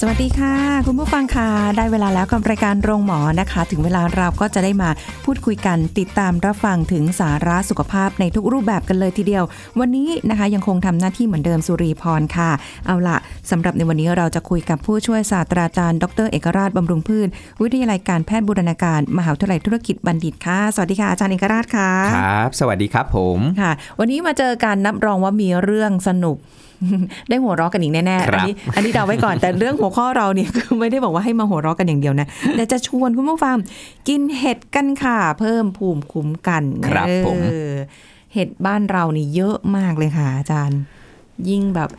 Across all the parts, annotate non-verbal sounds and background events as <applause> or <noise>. สวัสดีค่ะ คุณผู้ฟังค่ะ ได้เวลาแล้วกับรายการโรงหมอนะคะ ถึงเวลาเราก็จะได้มาพูดคุยกันติดตามรับฟังถึงสาระสุขภาพในทุกรูปแบบกันเลยทีเดียว วันนี้นะคะยังคงทำหน้าที่เหมือนเดิมสุรีพรค่ะ เอาละสำหรับในวันนี้เราจะคุยกับผู้ช่วยศาสตราจารย์ดรเอกราชบำรุงพืชวิทยาลัยการแพทย์บูรณาการมหาวิทยาลัยธุรกิจบัณฑิตค่ะสวัสดีค่ะอาจารย์เอกราชค่ะ ครับ สวัสดีครับผม ค่ะวันนี้มาเจอกันนับรองว่ามีเรื่องสนุก <laughs> ได้หัวเราะกันอีกแน่ๆ ค อั รับ นี้อันนี้เดาไว้ก่อน แต่เรื่องหัวข้อเราเนี่ยคือไม่ได้บอกว่าให้มาหัวเราะกันอย่างเดียว <laughs> นะแต่จะชวนคุณผู้ฟังกินเห็ดกันค่ะ เพิ่มภูมิคุ้มกัน ครับผม เออเห็ดบ้านเรานี่เยอะมากเลยค่ะ อาจารย์ ยิ่งแบบ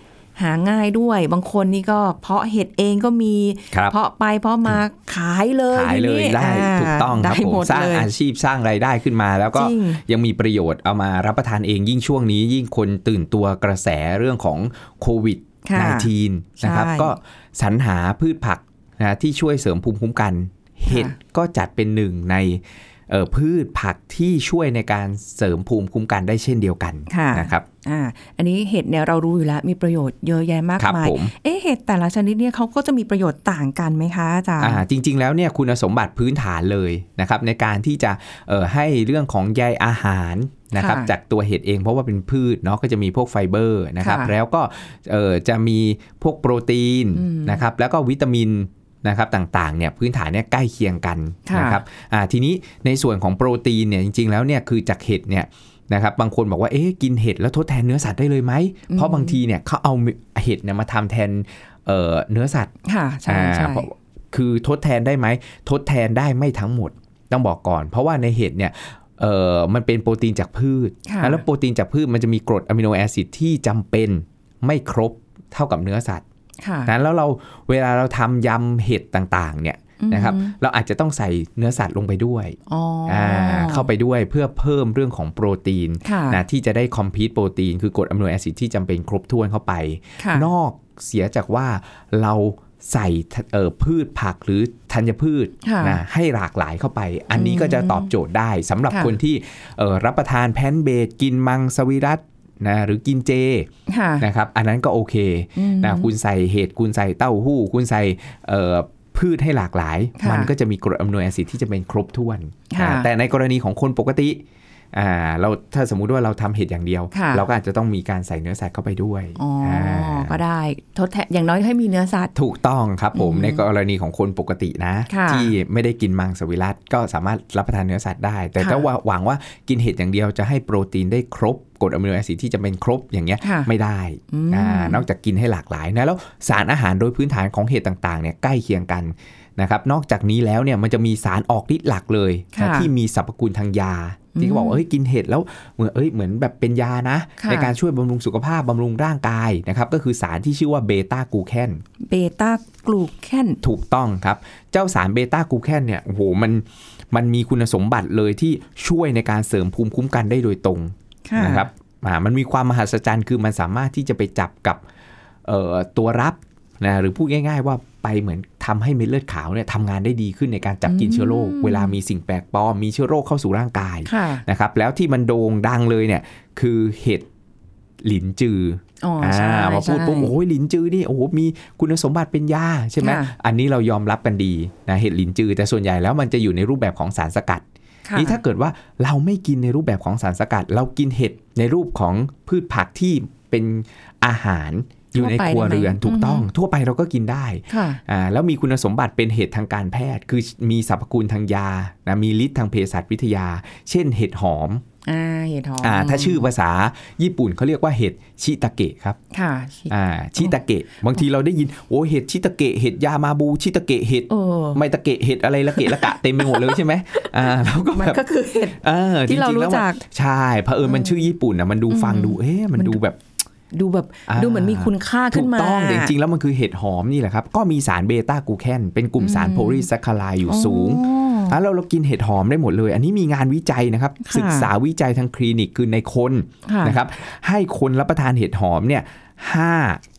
หาง่ายด้วย บางคนนี่ก็เพาะเห็ดเองก็มี ครับ เพาะไปเพาะมาขายเลย ขายเลทียนี้ ได้ า ถูกต้องครับ ได้ ผม หมด สร้าง เลย อาชีพสร้างรายได้ขึ้นมา แล้วก็ จริง ยังมีประโยชน์เอามารับประทานเองยิ่งช่วงนี้ ยิ่งคนตื่นตัวกระแสเรื่องของโควิด ค่ะ -19 นะครับ ใช่ ก็สรรหาพืชผักนะที่ช่วยเสริมภูมิคุ้มกัน เห็ดก็จัดเป็นหนึ่งในเอ่อพืชผักที่ช่วยในการเสริมภูมิคุ้มกันได้เช่นเดียวกัน ค่ะ นะครับ อ่าอันนี้เห็ดเนี่ยเรารู้อยู่แล้วมีประโยชน์เยอะแยะมาก ครับ มาย ผม เอ๊ะเห็ดแต่ละชนิดเนี่ยเขาก็จะมีประโยชน์ต่างกันไหมคะอาจารย์ อ่าจริง ๆ แล้วเนี่ยคุณสมบัติพื้นฐานเลยนะครับในการที่จะเอ่อให้เรื่องของใยอาหารนะครับ ค่ะ จากตัวเห็ดเองเพราะว่าเป็นพืชเนาะก็จะมีพวกไฟเบอร์นะครับ ค่ะ แล้วก็เอ่อจะมีพวกโปรตีน อืม นะครับแล้วก็วิตามินนะครับต่างๆเนี่ยพื้นฐานเนี่ยใกล้เคียงกัน ค่ะ นะครับอ่าทีนี้ในส่วนของโปรตีนเนี่ยจริง ๆ แล้วเนี่ยคือจากเห็ดเนี่ยนะครับบางคนบอกว่าเอ๊ะกินเห็ดแล้วทดแทนเนื้อสัตว์ได้เลยไหมเพราะบางทีเนี่ยเขาเอาเห็ดเนี่ยมาทำแทนเอ่อเนื้อสัตว์ ค่ะใช่ อ่า ใช่ เพราะคือทดแทนได้ไหม ทดแทนได้ไม่ทั้งหมด ต้องบอกก่อน เพราะว่าในเห็ดเนี่ยเออมันเป็นโปรตีนจากพืช ค่ะ แล้วโปรตีนจากพืชมันจะมีกรดอะมิโนแอซิดที่จำเป็นไม่ครบเท่ากับเนื้อสัตว์ ค่ะ นั้นแล้วเราเวลาเราทำยำเห็ดต่างๆเนี่ยนะครับ อืม เราอาจจะต้องใส่เนื้อสัตว์ลงไปด้วย อ๋ออา เข้าไปด้วยเพื่อเพิ่มเรื่องของโปรตีน ค่ะ นะที่จะได้คอมพลีทโปรตีนคือกรดอะมิโนแอซิดที่จำเป็นครบถ้วนเข้าไป ค่ะ นอกเสียจากว่าเราใส่เอ่อพืชผักหรือธัญพืช ค่ะ นะให้หลากหลายเข้าไป อันนี้ อืม ก็จะตอบโจทย์ได้สำหรับ ค่ะ คนที่เอ่อรับประทานแพลนต์เบสกินมังสวิรัตนะหรือกินเจ ค่ะ นะครับ อันนั้นก็โอเค อืม นะคุณใส่เห็ดคุณใส่เต้าหู้ คุณใส่เอ่อพืชให้หลากหลาย ค่ะ มันก็จะมีกรดอะมิโนแอซิดที่จะเป็นครบถ้วน ค่ะ อ่าแต่ในกรณีของคนปกติอ่าเราถ้าสมมุติว่าเราทำเห็ดอย่างเดียว ค่ะ เราก็อาจจะต้องมีการใส่เนื้อสัตว์เข้าไปด้วย อ๋ออา ก็ได้ทดแทนอย่างน้อยให้มีเนื้อสัตว์ ถูกต้องครับผม อืม ในกรณีของคนปกตินะ ค่ะ ที่ไม่ได้กินมังสวิรัตก็สามารถรับประทานเนื้อสัตว์ได้ แต่ถ้าว่าหวังว่ากินเห็ดอย่างเดียวจะให้โปรตีนได้ครบกรดอะมิโนแอซิดที่จะเป็นครบอย่างเงี้ย ค่ะ ไม่ได้ อืม อ่านอกจากกินให้หลากหลายนะแล้วสารอาหารโดยพื้นฐานของเห็ดต่างๆเนี่ยใกล้เคียงกันนะครับนอกจากนี้แล้วเนี่ยมันจะมีสารออกฤทธิ์หลักเลยนะ ค่ะ ที่มีสรรพคุณทางยา ที่เขาบอกว่าเอ้ยกินเห็ดแล้วเหมือนเอ้ยเหมือนแบบเป็นยานะ ค่ะ ในการช่วยบำรุงสุขภาพบำรุงร่างกายนะครับก็คือสารที่ชื่อว่าเบต้ากูแคน เบต้ากลูแคน ถูกต้องครับ เจ้าสารเบต้ากลูแคนเนี่ยโอ้โหมันมันมีคุณสมบัติเลยที่ช่วยในการเสริมภูมิคุ้มกันได้โดยตรง ค่ะ นะครับอ่ามันมีความมหัศจรรย์คือมันสามารถที่จะไปจับกับเอ่อตัวรับนะหรือพูดง่าย ๆ ว่าไปเหมือนทำให้เม็ดเลือดขาวเนี่ยทำงานได้ดีขึ้นในการจับกินเชื้อโรคเวลามีสิ่งแปลกปลอมมีเชื้อโรคเข้าสู่ร่างกาย ค่ะ นะครับแล้วที่มันโด่งดังเลยเนี่ยคือเห็ดหลินจือ อ๋อ อ่า ใช่ มาพูด ใช่ ปุ๊บโอ้ยหลินจือนี่โอ้โหมีคุณสมบัติเป็นยาใช่ไหม ค่ะ อันนี้เรายอมรับกันดีนะเห็ดหลินจือ แต่ส่วนใหญ่แล้วมันจะอยู่ในรูปแบบของสารสกัด ค่ะ นี่ถ้าเกิดว่าเราไม่กินในรูปแบบของสารสกัด เรากินเห็ดในรูปของพืชผักที่เป็นอาหารอยู่ในครัวเรือนถูกต้อง ทั่วไปเราก็กินได้ ค่ะ อ่าแล้วมีคุณสมบัติเป็นเห็ดทางการแพทย์ คือมีสรรพคุณทางยานะมีฤทธิ์ทางเภสัชวิทยา เช่นเห็ดหอม อ่าเห็ดหอม อ่าถ้าชื่อภาษาญี่ปุ่นเขาเรียกว่าเห็ดชิตาเกะครับ ค่ะ อ่าชิตาเกะบางทีเราได้ยินโอ้เห็ดชิตาเกะเห็ดยามาบูชิตาเกะเห็ด โอ้ ไมตาเกะเห็ดอะไรละเกะละกะเต็มไปหมดเลยใช่ไหม <laughs> อ่าเราก็ มั แบ น บ ก็คือเห็ด เออ ที่เรา งๆ รู้ แล้วมัน จัก ใช่เผอิญมันชื่อญี่ปุ่นอ่ะมันดูฟังดูเอ๊ะมันดูแบบ ดูแบบ อ่า ดูเหมือนมีคุณค่า ถู ขึ้น ก มา ต้องแต่จริงๆแล้วมันคือเห็ดหอมนี่แหละครับ ก็มีสารเบต้ากลูแคนเป็นกลุ่มสาร อืม โพลีแซคคาไลด์อยู่ อ๋อ สูง อ่ะเราเรากินเห็ดหอมได้หมดเลย อันนี้มีงานวิจัยนะครับ ค่ะ ศึกษาวิจัยทางคลินิกคือในคน ค่ะ นะครับ ให้คนรับประทานเห็ดหอมเนี่ยห้า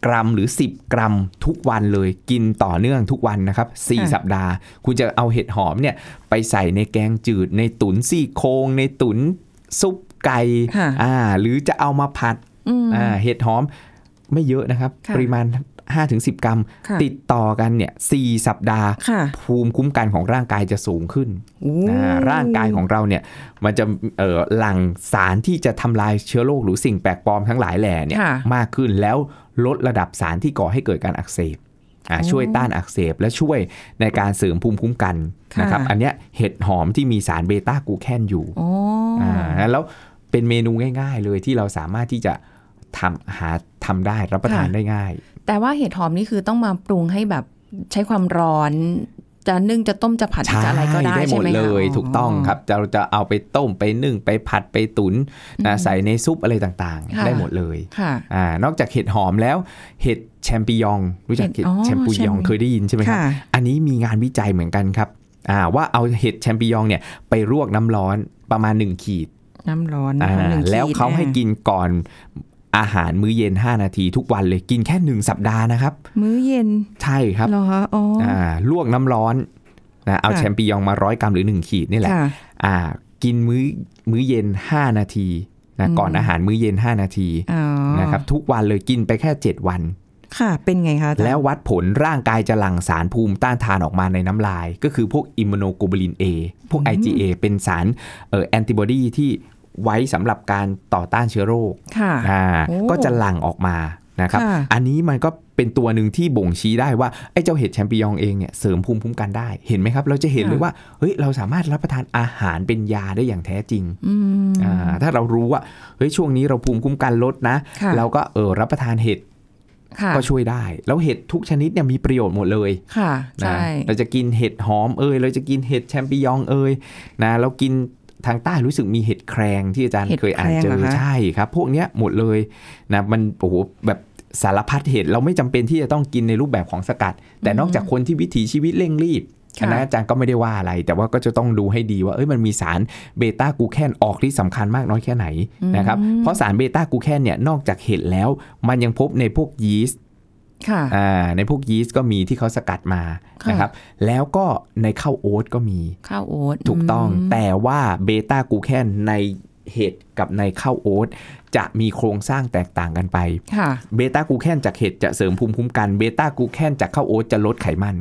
กรัมหรือ 10 กรัมทุกวันเลยกินต่อเนื่องทุกวันนะครับ 4 สัปดาห์ คุณจะเอาเห็ดหอมเนี่ยไปใส่ในแกงจืด ในตุ๋นซี่โครงในตุ๋นซุปไก่ ค่ะ อ่าหรือจะเอามาผัด อืม อ่าเห็ดหอมไม่เยอะนะครับ ค่ะ ปริมาณ 5-10 กรัม ค่ะ ติดต่อกันเนี่ยสี่สัปดาห์ ค่ะ ภูมิคุ้มกันของร่างกายจะสูงขึ้น โอ้ อ่าร่างกายของเราเนี่ยมันจะเอ่อหลั่งสารที่จะทำลายเชื้อโรคหรือสิ่งแปลกปลอมทั้งหลายแหล่เนี่ย ค่ะ มากขึ้นแล้วลดระดับสารที่ก่อให้เกิดการอักเสบอ่า อ๋อ ช่วยต้านอักเสบและช่วยในการเสริมภูมิคุ้มกันนะครับ ค่ะ อันเนี้ยเห็ดหอมที่มีสารเบต้ากลูแคนอยู่ อ๋ออ อ่าแล้วเป็นเมนูง่าย ๆ เลยที่เราสามารถที่จะทำหาทำได้รับประทาน ค่ะ ได้ง่าย แต่ว่าเห็ดหอมนี่คือต้องมาปรุงให้แบบใช้ความร้อน จะนึ่งจะต้มจะผัด ใช่ จะอะไรก็ได้ ได้หม ใช่ ด ไหมคะ เลยถูกต้องครับเราจะเอาไปต้มไปนึ่งไปผัดไปตุ๋นนะใส่ในซุปอะไรต่าง ะ ๆ ได้หมดเลย ค่ะ อ่านอกจากเห็ดหอมแล้วเห็ดแชมปิญอง รู้จัก เห็ เห็ ด ด อ๋อ แชมปิญอง แชมปิ เคยได้ยินใช่ไหมครับ ค่ะ อันนี้มีงานวิจัยเหมือนกันครับอ่าว่าเอาเห็ดแชมปิญองเนี่ยไปลวกน้ำร้อนประมาณ 1 ขีด น้ำร้อนนะ อ่า คะหนึ่งขีด แล้วเขาให้กินก่อนอาหารมื้อเย็น 5 นาทีทุกวันเลยกินแค่ 1 สัปดาห์นะครับ มื้อเย็น ใช่ครับ เหรอคะอ๋ออ อ่าลวกน้ำร้อนนะเอา ค่ะ แชมปิญองมาร้อยกรัมหรือ 1 ขีดนี่แหละ ค่ะ อ่ากินมื้อมื้อเย็น 5 นาทีนะ อืม ก่อนอาหารมื้อเย็น 5 นาที อ๋อ นะครับทุกวันเลยกินไปแค่ 7 วัน ค่ะเป็นไงคะอาจารย์ แล้ววัดผลร่างกายจะหลั่งสารภูมิต้านทานออกมาในน้ำลาย ก็คือพวกอิมมูโนโกลบูลิน A พวก IgA เป็นสารเอ่อแอนติบอดีที่ไว้สำหรับการต่อต้านเชื้อโรค ค่ะ อ่า โอ้ ก็จะหลั่งออกมานะครับ ค่ะ อันนี้มันก็เป็นตัวหนึ่งที่บ่งชี้ได้ว่าไอ้เจ้าเห็ดแชมปิญองเองเนี่ยเสริมภูมิคุ้มกันได้ เห็นไหมครับ เราจะเห็นเลยว่าเฮ้ยเราสามารถรับประทานอาหารเป็นยาได้อย่างแท้จริง อืม อ่าถ้าเรารู้ว่าเฮ้ยช่วงนี้เราภูมิคุ้มกันลดนะ ค่ะ เราก็เออรับประทานเห็ด ค่ะ ก็ช่วยได้ แล้วเห็ดทุกชนิดเนี่ยมีประโยชน์หมดเลย ค่ะ นะ ใช่ เราจะกินเห็ดหอมเอยเราจะกินเห็ดแชมปิญองเอยนะเรากินทางใต้รู้สึกมีเห็ดแครงที่อาจารย์ เห็ด เคยอ่าแคนรง เจ เหรออคะ ใช่ครับ พวกเนี้ยหมดเลยนะมันโอ้โหแบบสารพัดเห็ดเราไม่จำเป็นที่จะต้องกินในรูปแบบของสกัด แต่นอกจากคนที่วิถีชีวิตเร่งรีบ ค่ะ อันนั้นอาจารย์ก็ไม่ได้ว่าอะไร แต่ว่าก็จะต้องดูให้ดีว่าเอ้ยมันมีสารเบต้ากลูแคนออกที่สำคัญมากน้อยแค่ไหนนะครับเพราะสารเบต้ากลูแคนเนี่ยนอกจากเห็ดแล้ว มันยังพบในพวกยีสต์ ค่ะ อ่าในพวกยีสต์ก็มีที่เขาสกัดมา ค่ะ นะครับแล้วก็ในข้าวโอ๊ตก็มี ข้าวโอ๊ต ถูกต้อง ม แต่ว่าเบต้ากลูแคนในเห็ดกับในข้าวโอ๊ตจะมีโครงสร้างแตกต่างกันไป ค่ะ เบต้ากลูแคนจากเห็ดจะเสริมภูมิคุ้มกันเบต้ากลูแคนจากข้าวโอ๊ตจะลดไขมัน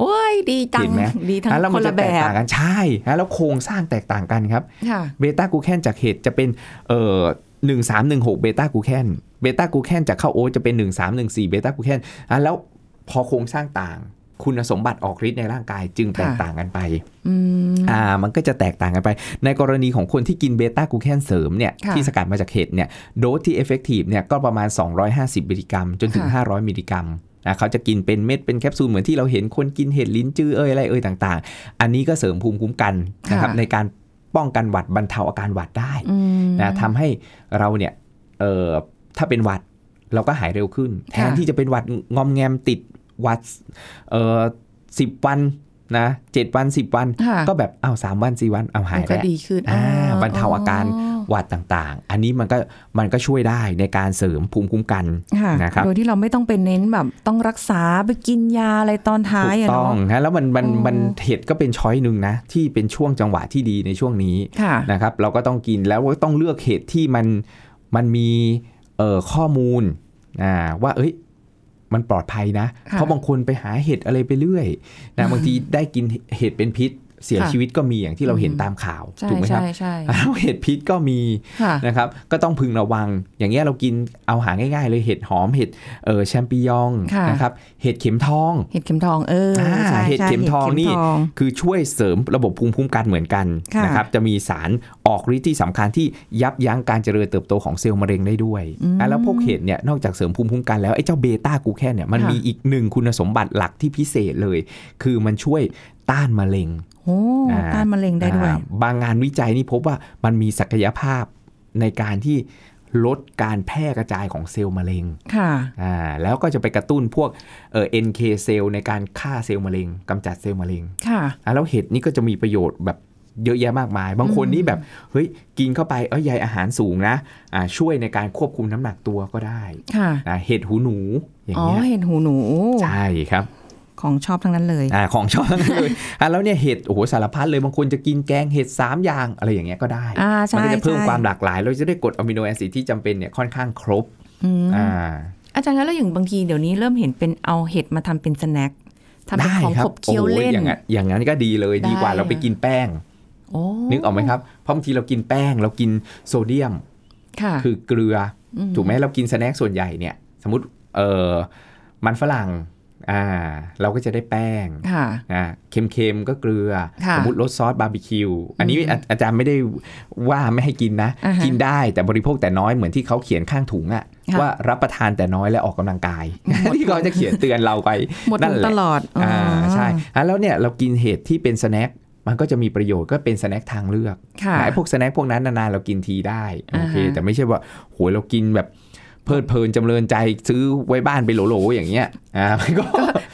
โอ้ยดีจั เห็ ง นไหม ดีทั้ง อ่ะแล้ว ค มัน น จะ ละ แต แบ ก บ ต่างกันใช่อ่ะแล้วโครงสร้างแตกต่างกันครับ ค่ะ เบต้ากลูแคนจากเห็ดจะเป็นเอ่อหนึ่งสามหนึ่งหกเบต้ากลูแคนเบต้ากลูแคนจากข้าวโอ๊ตจะเป็นหนึ่งสามหนึ่งสี่เบต้ากลูแคนอ่ะแล้วพอโครงสร้างต่าง คุณสมบัติออกฤทธิ์ในร่างกายจึงแตก ค่ะ ต่างกันไป อืม อ่ามันก็จะแตกต่างกันไป ในกรณีของคนที่กินเบต้ากลูแคนเสริมเนี่ย ค่ะ ที่สกัดมาจากเห็ดเนี่ยโดสที่เอฟเฟกตีฟเนี่ยก็ประมาณ 250มิลลิกรัม จนถึง ค่ะ 500มิลลิกรัมนะเขาจะกินเป็นเม็ดเป็นแคปซูลเหมือนที่เราเห็นคนกินเห็ดลิ้นจื้อเอ้ยอะไรเอ้ยต่าง ๆ อันนี้ก็เสริมภูมิคุ้มกันนะครับ ค่ะ ในการป้องกันหวัดบรรเทาอาการหวัดได้ อืม นะทำให้เราเนี่ยเอ่อถ้าเป็นหวัดเราก็หายเร็วขึ้น แทนที่จะเป็นหวัดงอมแงมติดหวัดเอ่อสิบวันนะเจ็ดวันสิบวัน ค่ะ ก็แบบอ้าวสามวันสี่วันเอาหาย มันก็ แล้ว ดีขึ้น อ่าบรรเทาอาการ หวัดต่างๆ อันนี้มันก็มันก็ช่วยได้ในการเสริมภูมิคุ้มกัน ค่ะ นะครับ โดยที่เราไม่ต้องไปเน้นแบบต้องรักษาไปกินยาอะไรตอนท้า ถู ย ก อะ ต้อ เนาะ งฮะแล้วมันมัน อ๋อ มันเห็ดก็เป็นช้อยหนึ่งนะ ที่เป็นช่วงจังหวะที่ดีในช่วงนี้ ค่ะ นะครับเราก็ต้องกินแล้วก็ต้องเลือกเห็ดที่มันมันมีเอ่อข้อมูลอ่าว่าเอ้ยมันปลอดภัยนะ ค่ะ เพราะบางคนไปหาเห็ดอะไรไปเรื่อยนะบางทีได้กินเห็ดเป็นพิษ เสีย ค่ะ ชีวิตก็มีอย่างที่เราเห็น อืม ตามข่าว ใช่ ถูกไหมครับ ใช่ใช่ แล้วเห็ดพิษก็มี ค่ะ นะครับ ก็ต้องพึงระวัง อย่างเงี้ยเรากินเอาหาง่ายๆเลยเห็ดหอมเห็ดเอ่อแชมปิญอง ค่ะ นะครับเห็ดเข็มทอง เห็ดเข็มทองเออ อ่า ใช่ เห็ด ใช่ เข็มทองนี่ เห็ดเข็มทอง คือช่วยเสริมระบบภูมิคุ้มกันเหมือนกัน ค่ะ นะครับจะมีสารออกฤทธิ์ที่สำคัญที่ยับยั้งการเจริญเติบโตของเซลล์มะเร็งได้ด้วยอ่ะแล้วพวกเห็ดเนี่ยนอกจากเสริมภูมิคุ้มกันแล้วไอ้เจ้าเบต้ากลูแคนเนี่ยมันมีอีกหนึ่งคุณสมบัติหลักที่พิเศษเลย คือมันช่วยต้านมะเร็ง โอ้ อ่า ต้านมะเร็งได้ด้วย อ่าบางงานวิจัยนี่พบว่ามันมีศักยภาพในการที่ ลดการแพร่กระจายของเซลล์มะเร็ง ค่ะ อ่าแล้วก็จะไปกระตุ้นพวกเอ่อ NK เซลล์ในการฆ่าเซลล์มะเร็งกำจัดเซลล์มะเร็ง ค่ะ อ่ะแล้วเห็ดนี่ก็จะมีประโยชน์แบบเยอะแยะมากมาย บางคน อืม นี่แบบเฮ้ยกินเข้าไปเอ้ยใยอาหารสูงนะอ่าช่วยในการควบคุมน้ำหนักตัวก็ได้ ค่ะ อ่าเห็ดหูหนูอย่าง อ๋อ เงี้ย เห็นหูหนู ใช่ครับ ของชอบทั้งนั้นเลย อ่าของชอบทั้งนั้นเลย <laughs> อ่ะแล้วเนี่ยเห็ดโอ้โหสารพัดเลยบางคนจะกินแกงเห็ดสามอย่างอะไรอย่างเงี้ยก็ได้ อ่า มั ใช่ ก็จะเพิ่ม ใช่ ความหลากหลายเราจะได้กรดอะมิโนแอซิดที่จำเป็นเนี่ยค่อนข้างครบ อืม อ่า อาจารย์คะแล้วอย่างบางทีเดี๋ยวนี้เริ่มเห็นเป็นเอาเห็ดมาทำเป็นสแน็คทำเป็นของขบเคี้ยว โอ้โห เล่น อย่างนั้นอย่างนั้นก็ดีเลย ได้ ดีกว่าเราไป อะ กินแป้ง โอ้ นึกออกไหมครับเพราะบางทีเรากินแป้งเรากินโซเดียม ค่ะ คือเกลือ ม อถูกไหมเรากินสแน็คส่วนใหญ่เนี่ย สมมติเออมันฝรั่งอ่าเราก็จะได้แป้ง ค่ะ อ่าเค็มๆก็เกลือ ค่ะ สมมติรสซอสบาร์บีคิวอันนี้อาอาจารย์ไม่ได้ว่าไม่ให้กินนะ อ่าฮะ กินได้แต่บริโภคแต่น้อยเหมือนที่เขาเขียนข้างถุงอะ ค่ะ ว่ารับประทานแต่น้อยและออกกำลังกาย <laughs> ที่เขาจะเขียนเตือนเราไป หมด นั่ ถุ น ง แหละ ตลอด อ่าใช่ อ๋อ อ่ะแล้วเนี่ยเรากินเห็ดที่เป็นสแน็คมันก็จะมีประโยชน์ก็เป็นสแน็คทางเลือก ค่ะ ไอ้พวกสแน็คพวกนั้นนานๆเรากินทีได้โอเค อ่าฮะ แต่ไม่ใช่ว่าโหยเรากินแบบเพลิดเพลินจำเริญใจซื้อไว้บ้านไปโหลๆอย่างเงี้ยอ่า <laughs> มันก็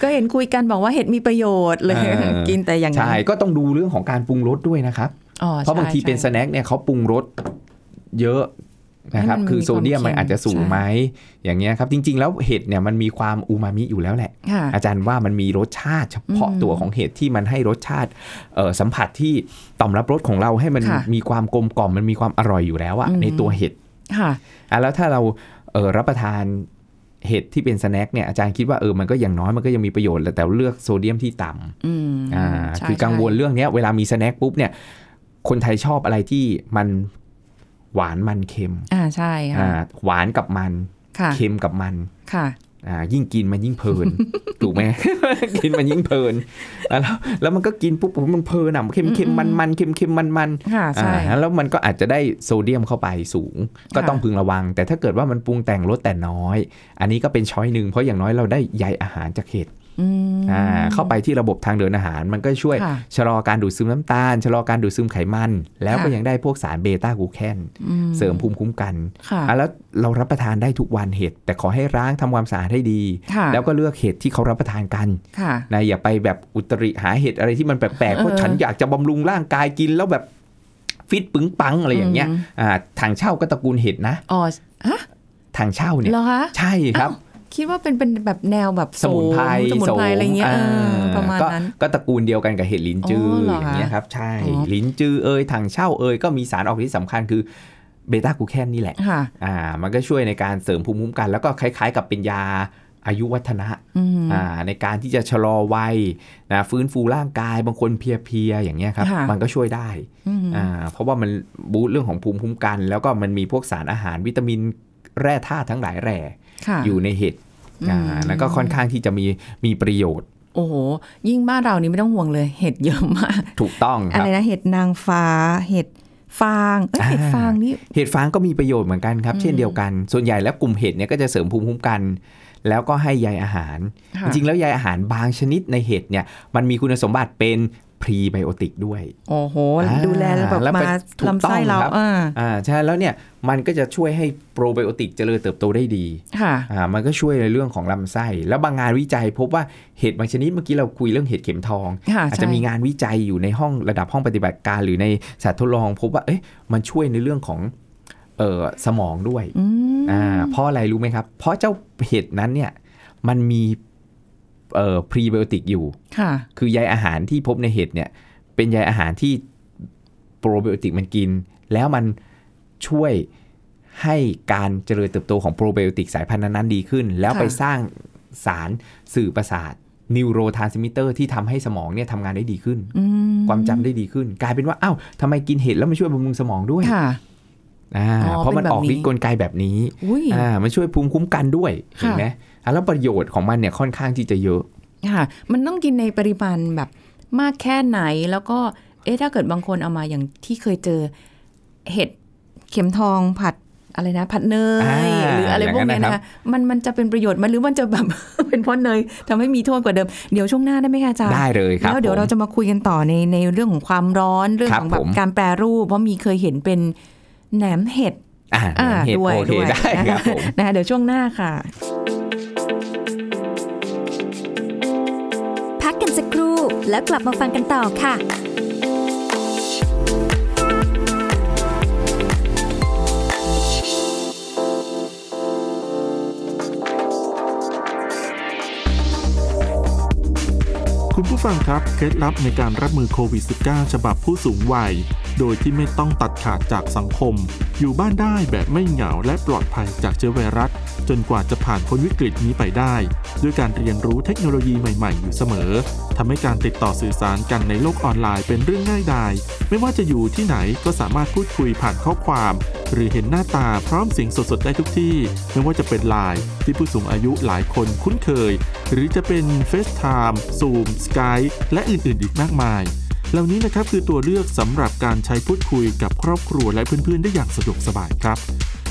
ก็เห็นคุยกันบอกว่าเห็ดมีประโยชน์เลย เออ กินแต่อย่างนั้ ใช่ น ก็ต้องดูเรื่องของการปรุงรสด้วยนะครับ อ๋อ เพราะบางทีเป็นส ใช่ แน็คเนี่ยเขาปรุงรสเยอะนะครับ ให้มัน คือโซเดียม มีความ มันอาจจะสูง เค็ม ไหมอย่างเงี้ยครับจริงๆ แล้วเห็ดเนี่ยมันมีความอูมามิอยู่แล้วแหละ ค่ะ อาจารย์ว่ามันมีรสชาติเฉพาะ อืม ตัวของเห็ดที่มันให้รสชาติเอ่อสัมผัสที่ต่อมรับรสของเราให้มัน ค่ะ มีความกลมกล่อมมันมีความอร่อยอยู่แล้วอะ อืม ในตัวเห็ด ค่ะ อ่ะแล้วถ้าเราเออรับประทานเห็ดที่เป็นสแน็คเนี่ยอาจารย์คิดว่าเออมันก็อย่างน้อยมันก็ยังมีประโยชน์แหละแต่เลือกโซเดียมที่ต่ อืม ำอ่า ใช่ คือกังวล ใช่ เรื่องเนี้ยเวลามีสแน็คปุ๊บเนี่ยคนไทยชอบอะไรที่มันหวานมันเค็ม อ่าใช่ค่ะ อ่าหวานกับมัน ค่ะ เค็มกับมัน ค่ะ อ่ายิ่งกินมันยิ่งเพลิ <laughs> น ถูกไหม <laughs> กินมันยิ่งเพลินอ่ะแล้วแล้วมันก็กินปุ๊บโอ้โหมันเพลินอ่ะเค็มเค็มมันมันๆเค็มเค็มมันมันๆ ค่ะใช่ อ่าแล้วมันก็อาจจะได้โซเดียมเข้าไปสูง ก็ต้องพึงระวัง แต่ถ้าเกิดว่ามันปรุงแต่งลดแต่น้อย อันนี้ก็เป็นช้อยหนึ่งเพราะอย่างน้อยเราได้ใยอาหารจากเห็ด อืม อ่าเข้าไปที่ระบบทางเดินอาหาร มันก็ช่วย ค่ะ ชะลอการดูดซึมน้ำตาล ชะลอการดูดซึมไขมัน แล้วก็ ค่ะ ยังได้พวกสารเบต้ากลูแคน อื เสริมภูมิคุ้มกัน ค่ะ อ่ะแล้วเรารับประทานได้ทุกวันเห็ดแต่ขอให้ร้างทำความสะอาดให้ดี ค่ะ แล้วก็เลือกเห็ดที่เขารับประทานกัน ค่ะ นายอย่าไปแบบอุตริหาเหตุอะไรที่มันแปลกๆเพราะ เออ ฉันอยากจะบำรุงร่างกายกินแล้วแบบฟิตปึงปังอะไรอย่างเงี้ย อืม อ่าถังเช่าก็ตระกูลเห็ดนะ อ๋อฮะ ถังเช่าเนี่ย เหรอคะ ใช่ครับ อ้าวคิดว่าเป็นเป็นแบบแนวแบบ สมุนไพร สมุนไพรอะไรเงี้ย โส เออ ม ประมาณ ก็ นั้น ก็ตระกูลเดียวกันกับเห็ดลิ้นจือ อเหรอคะอย่างเงี้ยครับ ใช่ อ๋อ ลิ้นจือเอยถังเช่าเอยก็มีสารออกฤทธิ์สำคัญคือเบต้ากลูแคนนี่แหละ ค่ะ อ่ามันก็ช่วยในการเสริมภูมิคุ้มกัน แล้วก็คล้าย ๆ กับเป็นยาอายุวัฒนะ อืม อ่าในการที่จะชะลอวัยนะฟื้นฟูร่างกายบางคนเพลียๆอย่างเงี้ยครับ ค่ะ มันก็ช่วยได้ อืม อ่าเพราะว่ามันบูตเรื่องของภูมิคุ้มกัน แล้วก็มันมีพวกสารอาหารวิตามินแร่ธาตุทั้งหลายแร่ ค่ะ อยู่ในเห็ดอ่า อืม แล้วก็ค่อนข้างที่จะมีมีประโยชน์ โอ้โห ยิ่งบ้านเรานี่ไม่ต้องห่วงเลย เห็ดเยอะมาก ถูกต้องอะครับ ไรนะเห็ดนางฟ้า เห็ดฟางเอ้ย อ่า เห็ดฟางนี่ เห็ดฟางก็มีประโยชน์เหมือนกันครับ เช่นเดียวกัน ส่วนใหญ่แล้วกลุ่มเห็ดเนี่ยก็จะเสริมภูมิคุ้มกัน แล้วก็ให้ใยอาหาร จ ค่ะ ริงๆแล้วใยอาหารบางชนิดในเห็ดเนี่ยมันมีคุณสมบัติเป็นพรีไบโอติกด้วย โอ้โห อ่า ดูแลแบบ แล้ว มา เป็นถูก ลำไส้ ต้อง เรา ครับ อ่า อ่าใช่แล้วเนี่ยมันก็จะช่วยให้โปรไบโอติกเจริญเติบโตได้ดี ค่ะ อ่ามันก็ช่วยในเรื่องของลำไส้ แล้วบางงานวิจัยพบว่าเห็ดบางชนิดเมื่อกี้เราคุยเรื่องเห็ดเข็มทอง ค่ะ อาจ ใช่ จะมีงานวิจัยอยู่ในห้องระดับห้องปฏิบัติการ หรือในสัตว์ทดลอง พบว่าเอ๊ะมันช่วยในเรื่องของเอ่อสมองด้วย อืม อ่าเพราะอะไรรู้ไหมครับ เพราะเจ้าเห็ดนั้นเนี่ยมันมีเอ่อพรีไบโอติกอยู่ ค่ะ คือใยอาหารที่พบในเห็ดเนี่ย เป็นใยอาหารที่โปรไบโอติกมันกิน แล้วมันช่วยให้การเจริญเติบโตของโปรไบโอติกสายพันธุ์นั้นๆดีขึ้น แล้ว ค่ะ ไปสร้างสารสื่อประสาทนิวโรทรานสมิเตอร์ที่ทำให้สมองเนี่ยทำงานได้ดีขึ้น อืม ความจำได้ดีขึ้น กลายเป็นว่าอ้าวทำไมกินเห็ดแล้วมันช่วยบำรุงสมองด้วย ค่ะ อ่า อ๋อ เพราะมัน เป็นแบบ ออกฤท นี้ ธิ์กลไกแบบนี้ อุ้ย อ่ามันช่วยภูมิคุ้มกันด้วยเห็น ค่ะ ไหมอ่ะแล้วประโยชน์ของมันเนี่ยค่อนข้างที่จะเยอะ ค่ะ มันต้องกินในปริมาณแบบมากแค่ไหนแล้วก็ เอ๊ะถ้าเกิดบางคนเอามาอย่างที่เคยเจอ เห็ดเข็มทองผัดอะไรนะ ผัดเนย อ่า หรืออะไร อย่าง พวก นั้น เนี้ย นะ นะ ครั คะ บ มันมันจะเป็นประโยชน์ไหมันหรือมันจะแบบ เป็นเพราะเนยทำให้มีโทษกว่าเดิม เดี๋ยวช่วงหน้าได้ไหมคะอาจารย์ ได้เลยครับ แล้วเดี๋ยว ผม เราจะมาคุยกันต่อในในเรื่องของความร้อนเรื่อง ครั ข บ องแบบ ผม การแปรรูป เพราะมีเคยเห็นเป็นแหนมเห็ด อ่า อ่า เห็ด ด้วย โอเค ด้วย ได้ครับผม นะคะเดี๋ยวช่วงหน้าค่ะ พักกันสักครู่แล้วกลับมาฟังกันต่อค่ะ คุณผู้ฟังครับ เคล็ดลับในการรับมือโควิด -19 ฉบับผู้สูงวัย โดยที่ไม่ต้องตัดขาดจากสังคม อยู่บ้านได้แบบไม่เหงาและปลอดภัยจากเชื้อไวรัส จนกว่าจะผ่านพ้นวิกฤตนี้ไปได้ ด้วยการเรียนรู้เทคโนโลยีใหม่ๆ อยู่เสมอทำให้การติดต่อสื่อสารกันในโลกออนไลน์เป็นเรื่องง่ายดาย ไม่ว่าจะอยู่ที่ไหนก็สามารถพูดคุยผ่านข้อความ หรือเห็นหน้าตาพร้อมเสียงสดๆได้ทุกที่ ไม่ว่าจะเป็นไลน์ที่ผู้สูงอายุหลายคนคุ้นเคย หรือจะเป็น FaceTime, Zoom, Skype และอื่นๆ อีกมากมาย เหล่านี้นะครับคือตัวเลือกสำหรับการใช้พูดคุยกับครอบครัวและเพื่อนๆ ได้อย่างสะดวกสบายครับ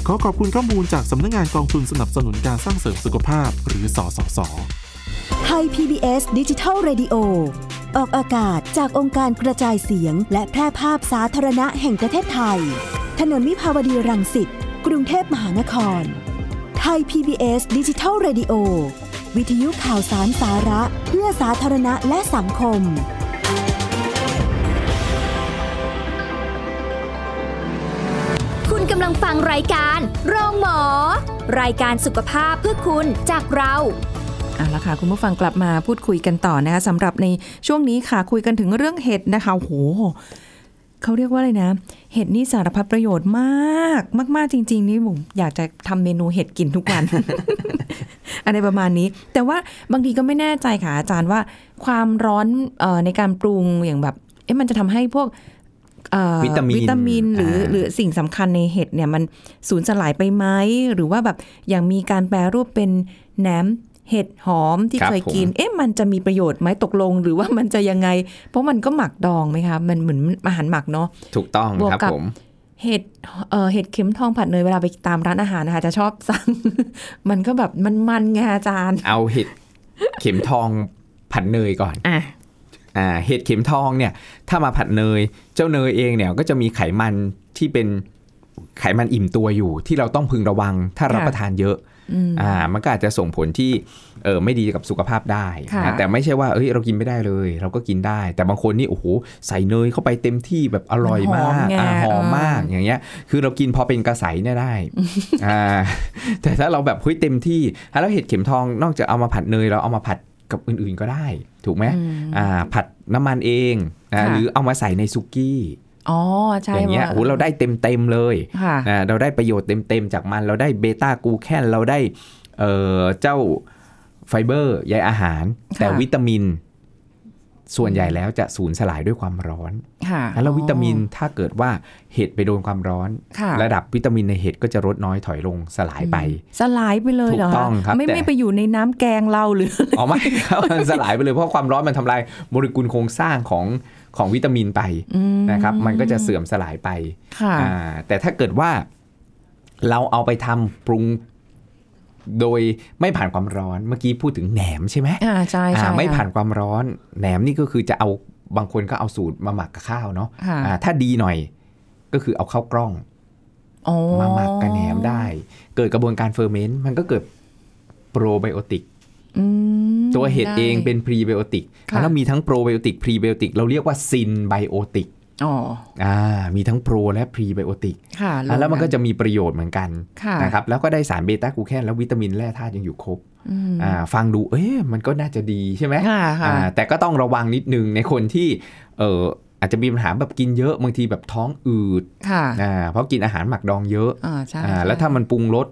ขอขอบคุณข้อมูลจากสำนักงานกองทุนสนับสนุนการสร้างเสริมสุขภาพ หรือสสส ไทย PBS ดิจิทัล Radio ออกอากาศจากองค์การกระจายเสียง และแพร่ภาพสาธารณะแห่งประเทศไทย ถนนมิภาวดีรังสิต กรุงเทพมหานคร ไทย PBS ดิจิทัล Radio วิทยุข่าวสารสาระเพื่อสาธารณะและสังคม คุณกำลังฟังรายการ โรงหมอ รายการสุขภาพเพื่อคุณจากเรา เอาละค่ะคุณผู้ฟังกลับมาพูดคุยกันต่อนะคะสำหรับในช่วงนี้ค่ะคุยกันถึงเรื่องเห็ดนะคะโอ้โหเขาเรียกว่าอะไรนะ เห็ดนี่สารพัดประโยชน์มาก มาก ๆ จริง ๆ นี่ผมอยากจะทำเมนูเห็ดกินทุกวัน <laughs> อะไรประมาณนี้ แต่ว่าบางทีก็ไม่แน่ใจค่ะอาจารย์ว่าความร้อนเออในการปรุงอย่างแบบเอ๊ะมันจะทำให้พวกเอ่อ วิตามิน วิตามินหรือ อ่า หรือสิ่งสำคัญในเห็ดเนี่ยมันสูญสลายไปไหมหรือว่าแบบอย่างมีการแปรรูปเป็นแหนมเห็ดหอม ที่ ครับ เคยกิน ผม เอ๊ะ มันจะมีประโยชน์ไหมตกลง หรือว่ามันจะยังไง เพราะมันก็หมักดองไหมคะ มันเหมือนอาหารหมักเนาะ ถูกต้อง บวก ครับ กับ ผม เห็ด เอ่อ เห็ดเข็มทองผัดเนยเวลาไปตามร้านอาหารนะคะ จะชอบสั่ง <laughs> มันก็แบบมันมันๆไงอาจารย์ เอาเห็ด เข็มทองผัดเนยก่อน อ่ะ อ่าเห็ดเข็มทองเนี่ยถ้ามาผัดเนย เจ้าเนยเองเนี่ยก็จะมีไขมันที่เป็นไขมันอิ่มตัวอยู่ ที่เราต้องพึงระวังถ้า ค่ะ รับประทานเยอะ อืม อ่ามันก็อาจจะส่งผลที่เออไม่ดีกับสุขภาพได้ ค่ะ นะแต่ไม่ใช่ว่าเอ้ยเรากินไม่ได้เลย เราก็กินได้ แต่บางคนนี่โอ้โหใส่เนยเข้าไปเต็มที่แบบอร่อยมาก มันหอมไง อ่าหอม เออ มากอย่างเงี้ยคือเรากินพอเป็นกระใสเนี่ย <laughs> ได้อ่าแต่ถ้าเราแบบเฮ้ยเต็มที่อ่ะแล้วเห็ดเข็มทองนอกจากเอามาผัดเนยเราเอามาผัดกับอื่นๆก็ได้ ถูกไหม อืม อ่าผัดน้ำมันเองนะ ค่ะ หรือเอามาใส่ในซุกี้ อ๋อ ใช่ อย่างเงี้ย ว่ โอ้โหเราได้เต็มเต็มๆเลย ค่ะ นะเราได้ประโยชน์เต็มเต็มๆจากมัน เราได้เบต้ากลูแคนเราได้เอ่อเจ้าไฟเบอร์ใยอาหาร ค่ะ แต่วิตามิน ส่วนใหญ่แล้วจะสูญสลายด้วยความร้อน ค่ะ แล้ววิตามินถ้าเกิดว่าเห็ดไปโดนความร้อน ค่ะ ระดับวิตามินในเห็ดก็จะลดน้อยถอยลงสลายไป สลายไปเลยเหรอ ถูกต้องครับ ไม่ แต่ ไม่ไปอยู่ในน้ำแกงเราหรือ อ๋อไม่ <laughs> ครับมันสลายไปเลยเพราะความร้อนมันทำลายโมเลกุลโครงสร้างของของวิตามินไป อืม นะครับมันก็จะเสื่อมสลายไป ค่ะ อ่าแต่ถ้าเกิดว่าเราเอาไปทำปรุงโดยไม่ผ่านความร้อนเมื่อกี้พูดถึงแหนมใช่ไหม อ่าใช่ใช่ อ่าไม่ ค่ะ ผ่านความร้อน แหนมนี่ก็คือจะเอาบางคนก็เอาสูตรมาหมักกับข้าวเนาะ ค่ะ อ่าถ้าดีหน่อยก็คือเอาเข้าวกล้อง อ๋อ มาหมักกับแหนมได้ เกิดกระบวนการเฟอร์เมนต์มันก็เกิดโปรไบโอติก อืม ตัวเห็ดเอง ไ เป็นพรีไบโอติก ค่ะ แล้วมีทั้งโปรไบโอติกพรีไบโอติกเราเรียกว่าซินไบโอติก อ๋อ อ่ามีทั้งโปรและพรีไบโอติก ค่ะ อ่ะแล้วมันก็จะมีประโยชน์เหมือนกัน ค่ะ นะครับแล้วก็ได้สารเบต้ากลูแคนและวิตามินแร่ธาตุยังอยู่ครบ อืม อ่าฟังดูเอ๊ะมันก็น่าจะดีใช่ไหม ค่ะค่ะ อ่าแต่ก็ต้องระวังนิดนึงในคนที่เอออาจจะมีปัญหาแบบกินเยอะบางทีแบบท้องอืด ค่ะ อ่าเพราะกินอาหารหมักดองเยอะ อ่าใช่ อ่า ใช่ แล้วถ้ามันปรุงรส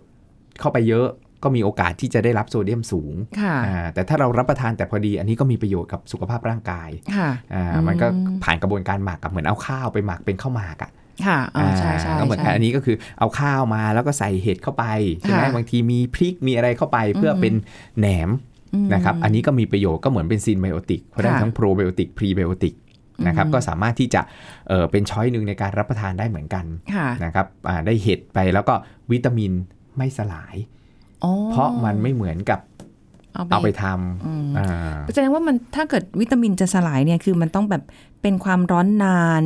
เข้าไปเยอะ ก็มีโอกาสที่จะได้รับโซเดียมสูง ค่ะ อ่าแต่ถ้าเรารับประทานแต่พอดี อันนี้ก็มีประโยชน์กับสุขภาพร่างกาย ค่ะ อ่า อืม มันก็ผ่านกระบวนการหมักกับเหมือนเอาข้าวไปหมักเป็นข้าวหมากอะ ค่ะอ่าใช่ใช่ อ่าก็เหมือนกัน ใช่ อันนี้ก็คือเอาข้าวมาแล้วก็ใส่เห็ดเข้าไปใช่ไหม ค่ะ บางทีมีพริกมีอะไรเข้าไปเพื่อเป็นแหนม อืม นะครับอันนี้ก็มีประโยชน์ก็เหมือนเป็นซีนไบโอติกเพราะได้ ค่ะ ทั้งโปรไบโอติกพรีไบโอติกนะครับก็สามารถที่จะเอ่อเป็นช้อยหนึ่งในการรับประทานได้เหมือนกัน ค่ะ นะครับอ่าได้เห็ดไปแล้วก็วิตามินไม่สลาย อ๋อ เพราะมันไม่เหมือนกับเอา เอา ไป ไป ท อืม ำอ่า แสดงว่ามันถ้าเกิดวิตามินจะสลายเนี่ยคือมันต้องแบบเป็นความร้อนนาน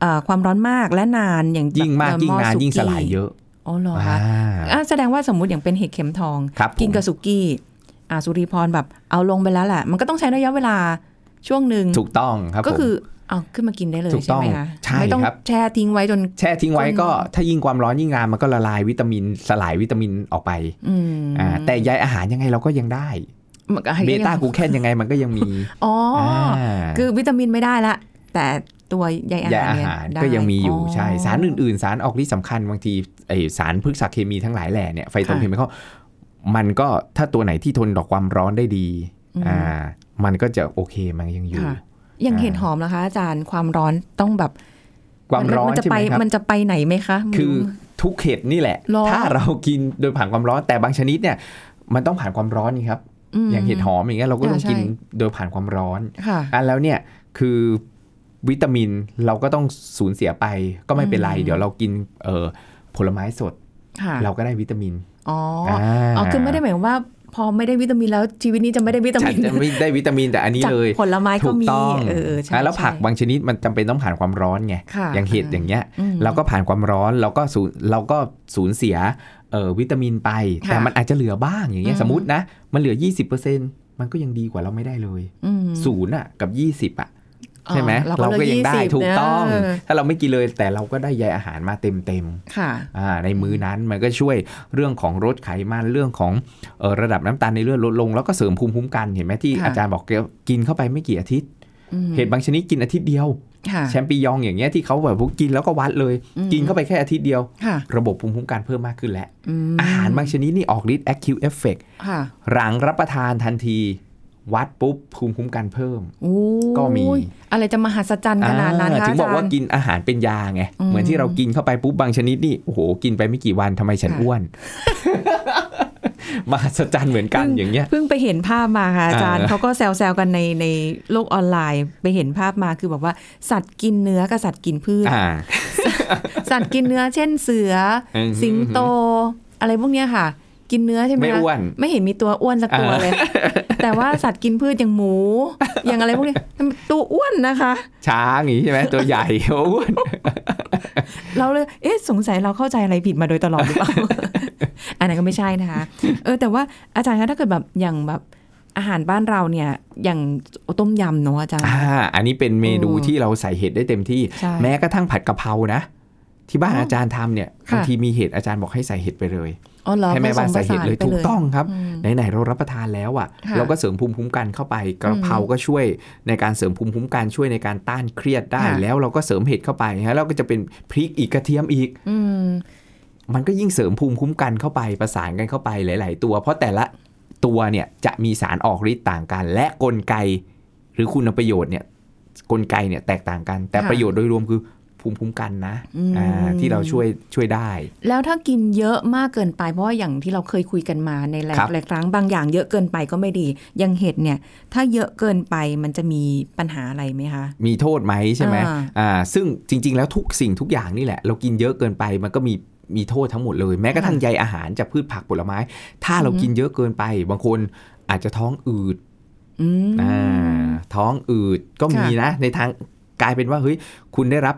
เอ่อความร้อนมากและนานอย่างแบบ ยิ่งมาก เอ่อ ยิ่งนาน หม้อสุ ยิ่งสลายเยอะ อ๋อเหรอคะอ่า อ่ะแสดงว่าสมมุติอย่างเป็นเห็ดเข็มทอง ครับผม กินกับสุกี้อ่ะสุริพรแบบเอาลงไปแล้วแหละ มันก็ต้องใช้ระยะเวลาช่วงหนึ่ง ถูกต้องครับ ก็ ผม คือเอาขึ้นมากินได้เลย ถูก ใช่ ต้อง ไหมคะ ใช่ ไม่ต้อง ครับ แช่ทิ้งไว้จน แช่ทิ้งไว้ก็ คน ถ้ายิ่งความร้อนยิ่งนานมันก็ละลายวิตามินสลายวิตามินออกไป อืม อ่าแต่ใยอาหารยังไงเราก็ยังได้ มันก็ให้ เบต้ากูแคนยังไงมันก็ยังมี อ๋ออา คือวิตามินไม่ได้ละ แต่ตัวใยอา ใย หาร อา เนี่ย หารก็ยังมีอยู่ ได้ ใช่ สารอื่นๆ สารออกฤทธิ์สำคัญบางทีไอสารพฤกษเคมีทั้งหลายแหล่เนี่ยไฟโตเคมีเขามันก็ถ้าตัวไหนที่ทนต่อความร้อนได้ดีอ่ามันก็จะโอเคมันยังอยู่ ค่ะอย่าง อ่า เห็ดหอมนะคะอาจารย์ความร้อนต้องแบบ ความร้อน มัจะ ใช่ไห ไป มครับ มันจะไปไหนไหมคะ คือทุกเห็ดนี่แหละ หรอ ถ้าเรากินโดยผ่านความร้อนแต่บางชนิดเนี่ยมันต้องผ่านความร้อนนี่ครับ ม อย่างเห็ดหอมอย่างเงี้ยเราก็ต้อง อ่าใช่ กินโดยผ่านความร้อน ค่ะ อันแล้วเนี่ยคือวิตามินเราก็ต้องสูญเสียไปก็ไม่เป็นไร อืม เดี๋ยวเรากินเอ่อผลไม้สด ค่ะ เราก็ได้วิตามิน อ๋ออ๋อคือไม่ได้หมายความว่า พอไม่ได้วิตามินแล้วชีวิตนี้จะไม่ได้วิตา ฉั มิ น น จะไม่ <laughs> ได้วิตามินแต่อันนี้ จาก เลย ผลไม้ก็ ถูก มี ต้อง เออเออใช่ อ่ะแล้วผัก ใช่ บางชนิดมันจำเป็นต้องผ่านความร้อนไง ค่ะ อย่างเห็ด ค่ะ อย่างเงี้ย อืม เราก็ผ่านความร้อนเราก็สูญเราก็สูญเสียเอ่อวิตามินไป ค่ะ แต่มันอาจจะเหลือบ้างอย่างเงี้ย อืม สมมตินะมันเหลือ 20%มันก็ยังดีกว่าเราไม่ได้เลย อืม ศูนย์อ่ะกับ 20อ่ะ อ๋อ ใช่ไหมเราก็ยังได้ เหลือ ถูกต้อง เ ถ้าเราไม่กินเลยแต่เราก็ได้ใยอาหารมาเต็มเต็ม ค่ะ ๆอ่าในมื้อนั้นมันก็ช่วยเรื่องของลดไขมันเรื่องของเอ่อระดับน้ำตาลในเลือดลดลง แล้วก็เสริมภูมิคุ้มกันเห็นไหมที่ ค่ะ อาจารย์บอกเกี่ยวกินเข้าไปไม่กี่อาทิตย์ อืม เห็ดบางชนิดกินอาทิตย์เดียว ค่ะ แชมปิยองอย่างเงี้ยที่เขาแบบพวกกินแล้วก็วัดเลย อืม กินเข้าไปแค่อาทิตย์เดียว ค่ะ ระบบภูมิคุ้มกันเพิ่มมากขึ้นแหละ ม อาหารบางชนิดนี่ออกฤทธิ์ acute effect ค่ะ หลังรับประทานทันที วัดปุ๊บภูมิคุ้มกันเพิ่ม โอ้ย ก็มี อะไรจะมหัศจรรย์ขนาดนั้น อ่ คะ ถึงบอกว่า จรย์ กินอาหารเป็นยาไง อืม เหมือนที่เรากินเข้าไปปุ๊บบางชนิดนี่โอ้โหกินไปไม่กี่วันทำไมฉันอ้วน <laughs> มหัศจรรย์เหมือนกันอย่างเงี้ย เพิ่งไปเห็นภาพมาค่ะอาจารย์ อ่า เขาก็แซวๆกันในในโลกออนไลน์ไปเห็นภาพมาคือแบบว่าสัตว์กินเนื้อกับสัตว์กินพืช อ่า สัตว์กินเนื้อเช่นเสือ อืม สิงโต อะไรพวกเนี้ยค่ะ กินเนื้อใช่ไหม ไม่ คะ อ้วน ไม่เห็นมีตัวอ้วนสักตัว อ่า เลย แต่ว่าสัตว์กินพืชอย่างหมู <laughs> อย่างอะไรพวกเนี้ยตัวอ้วนนะคะ ช้างอย่างนี้ใช่ไหมตัวใหญ่ อ้วน เราเลยเอ๊ะสงสัยเราเข้าใจอะไรผิดมาโดยตลอดหรือเปล่า <laughs> อันนั้นก็ไม่ใช่นะคะ เออแต่ว่าอาจารย์คะถ้าเกิดแบบอย่างแบบอาหารบ้านเราเนี่ยอย่างต้มยำเนาะอาจารย์ อ่าอันนี้เป็นเมนู อืม ที่เราใส่เห็ดได้เต็มที่ ใช่ แม้กระทั่งผัดกะเพรานะ ที่บ้าน อ๋ออ อาจารย์ทำเนี่ย ค่ะ บางทีมีเห็ดอาจารย์บอกให้ใส่เห็ดไปเลย อ๋อเหรอ ให้แม่บ้าน ผ ใส่ ผ เห็ดเลย ไป ถูกต้องครับ อืม ไหนๆเรารับประทานแล้วอ่ะ ค่ะ เราก็เสริมภูมิคุ้มกันเข้าไปกระเพราก็ช่วยในการเสริมภูมิคุ้มกันช่วยในการต้านเครียดได้ ค่ะ แล้วเราก็เสริมเห็ดเข้าไปฮะแล้วก็จะเป็นพริกอีกกระเทียมอีก อืม มันก็ยิ่งเสริมภูมิคุ้มกันเข้าไปประสานกันเข้าไปหลาย ๆ ตัว เพราะแต่ละตัวเนี่ยจะมีสารออกฤทธิ์ต่างกัน และกลไก หรือคุณประโยชน์เนี่ยกลไกเนี่ยแตกต่างกัน แต่ ค่ะ ประโยชน์โดยรวมคือภูมิคุ้มกันนะ อืม อ่าที่เราช่วยช่วยได้ แล้วถ้ากินเยอะมากเกินไปเพราะว่าอย่างที่เราเคยคุยกันมาในหลาย ครับ หลายครั้งบางอย่างเยอะเกินไปก็ไม่ดีอยังเห็ดเนี่ย ถ้าเยอะเกินไปมันจะมีปัญหาอะไรไหมคะ มีโทษไหมใช่ไหม อ่า อ่า ซึ่งจริง ๆ แล้วทุกสิ่งทุกอย่างนี่แหละ เรากินเยอะเกินไปมันก็มีมีโทษทั้งหมดเลย แม้กระทั่งใยอาหารจากพืชผักผลไม้ ถ้าเรากินเยอะเกินไป บางคนอาจจะท้องอืด อืม อ่าท้องอืดก็มีนะ ในทางกลายเป็นว่าเฮ้ยคุณได้รับ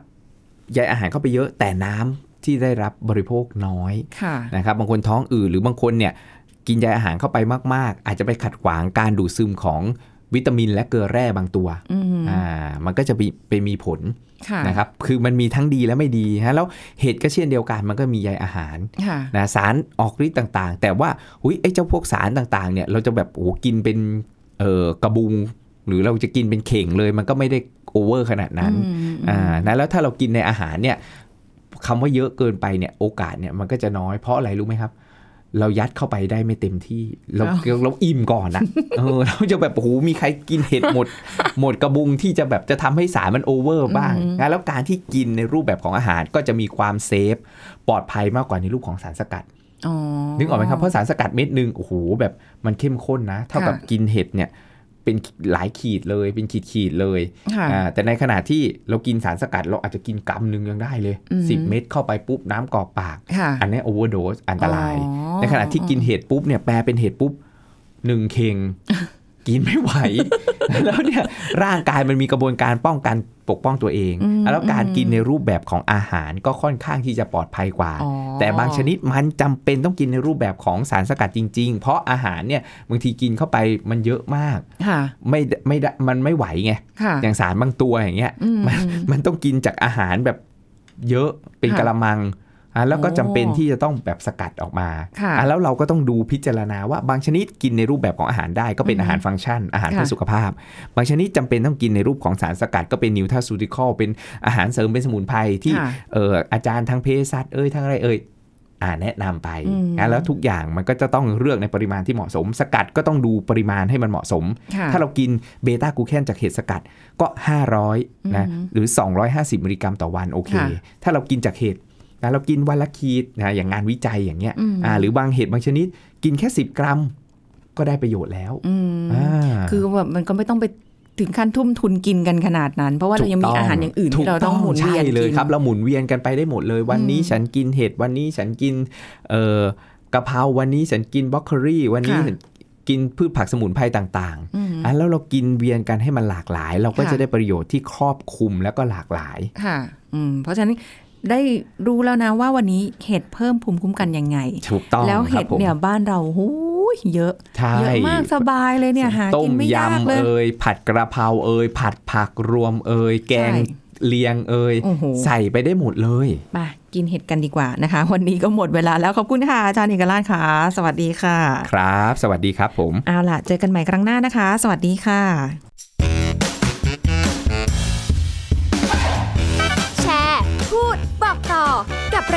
ใยอาหารเข้าไปเยอะแต่น้ำที่ได้รับบริโภคน้อย ค่ะ นะครับบางคนท้องอืดหรือบางคนเนี่ยกินใยอาหารเข้าไปมาก ๆ อาจจะไปขัดขวางการดูดซึมของวิตามินและเกลือแร่บางตัว อืม อ่ามันก็จะไปไปมีผล ค่ะ นะครับ คือมันมีทั้งดีและไม่ดีฮะ แล้วเห็ดก็เช่นเดียวกัน มันก็มีใยอาหาร ค่ะ นะสารออกฤทธิ์ต่างๆ แต่ว่าอุ้ยไอ้เจ้าพวกสารต่างๆ เนี่ย เราจะแบบโอ้โหกินเป็นเอ่อกระบุง หรือเราจะกินเป็นเข่งเลย มันก็ไม่ได้โอเวอร์ขนาดนั้น อืม อ่า นะ แล้วถ้าเรากินในอาหารเนี่ยคำว่าเยอะเกินไปเนี่ย โอกาสเนี่ยมันก็จะน้อย เพราะอะไรรู้ไหมครับ เรายัดเข้าไปได้ไม่เต็มที่ เรา อ้าว เราเราอิ่มก่อนอะ เออ เราจะแบบโอ้โหมีใครกินเห็ดหมด หมดกระบุงที่จะแบบจะทำให้สารมันโอเวอร์บ้างนะแล้วการที่กินในรูปแบบของอาหารก็จะมีความเซฟ ปลอดภัยมากกว่าในรูปของสารสกัด อ๋อ นึกออกไหมครับ เพราะสารสกัดเม็ดหนึ่งโอ้โหแบบมันเข้มข้นนะ เท่ากับ ค่ะ กินเห็ดเนี่ยเป็นหลายขีดเลยเป็นขีดขีดๆเลย ค่ะ อ่าแต่ในขณะที่เรากินสารสกัดเราอาจจะกินกำหนึ่งยังได้เลย อืม 10 เม็ดเข้าไปปุ๊บน้ำกรอกปาก ค่ะ อันนี้โอเวอร์โดสอันตราย อ๋อ <laughs> ในขณะที่กินเห็ดปุ๊บเนี่ยแปลเป็นเห็ดปุ๊บหนึ่งเคง กินไม่ไหว <laughs> แล้วเนี่ยร่างกายมันมีกระบวนการป้องกันปกป้องตัวเอง อืม แล้วการ อืม กินในรูปแบบของอาหารก็ค่อนข้างที่จะปลอดภัยกว่า อ๋อ แต่บางชนิดมันจำเป็นต้องกินในรูปแบบของสารสกัดจริง ๆ เพราะอาหารเนี่ยบางทีกินเข้าไปมันเยอะมาก ค่ะ ไม่ได้ไม่ได้มันไม่ไหวไง ค่ะ อย่างสารบางตัวอย่างเงี้ย อืม มัน อืม มันต้องกินจากอาหารแบบเยอะเป็น ค่ะ กะละมังอ่ะแล้วก็ โอ้ จำเป็นที่จะต้องแบบสกัดออกมา ค่ะ อ่ะแล้วเราก็ต้องดูพิจารณาว่าบางชนิดกินในรูปแบบของอาหารได้ก็เป็น อืม อาหารฟังก์ชัน อาหาร ค่ะ เพื่อสุขภาพ บางชนิดจำเป็นต้องกินในรูปของสารสกัดก็เป็นนิวทาซูติคอลเป็นอาหารเสริมเป็นสมุนไพรที่ ค่ะ เอ่ออาจารย์ทางเภสัชเอ้ยทางอะไรเอ้ยอ่าแนะนำไป อืม นะแล้วทุกอย่างมันก็จะต้องเลือกในปริมาณที่เหมาะสม สกัดก็ต้องดูปริมาณให้มันเหมาะสม ค่ะ ถ้าเรากินเบต้ากลูแคนจากเห็ดสกัดก็ 500นะ อือหือ หรือ 250 มิลลิกรัมต่อวันโอเค ค่ะ ถ้าเรากินจากเห็ดนะเรากินวันละขีดนะอย่างงานวิจัยอย่างเงี้ย อืม อ่าหรือบางเห็ดบางชนิดกินแค่ 10 กรัม ก็ได้ประโยชน์แล้ว อืม อ่า คือแบบมันก็ไม่ต้องไปถึงขั้นทุ่มทุนกินกันขนาดนั้น เพราะว่าเรายังมีอาหารอย่างอื่น ถู ที่ ก เราต้องหมุนเวียน ใช่เลย กิน ครับเราหมุนเวียนกันไปได้หมดเลย วันนี้ อืม ฉันกินเห็ดวันนี้ฉันกินเอ่อกะเพราวันนี้ฉันกินบล็อกโคลีวันนี้ ค่ะ ฉันกินพืชผักสมุนไพรต่าง อืม ๆอ่ะแล้วเรากินเวียนกันให้มันหลากหลาย เราก็ ค่ะ จะได้ประโยชน์ที่ครอบคลุมแล้วก็หลากหลาย ค่ะ อืม เพราะฉะนั้นได้รู้แล้วนะว่าวันนี้เห็ดเพิ่มภูมิคุ้มกันยังไง ถูกต้อง แล้ว ค เห็ รับ ด ผม เนี่ยบ้านเราหูยเยอะ ใช่ เยอะมากสบายเลยเนี่ยหา ต้ กิ ม นไม่ยากเลยยำเอ่ยผัดกระเพราเอ่ยผัดผักรวมเอ่ยแกง ใช่ เลียงเอ่ย โอ้โห ใส่ไปได้หมดเลย มากินเห็ดกันดีกว่านะคะ วันนี้ก็หมดเวลาแล้วขอบคุณค่ะอาจารย์เอกราชค่ะ สวัสดีค่ะ ครับ สวัสดีครับผม เอาล่ะ เจอกันใหม่ครั้งหน้านะคะ สวัสดีค่ะ แชร์ พูด บอกต่อ กับร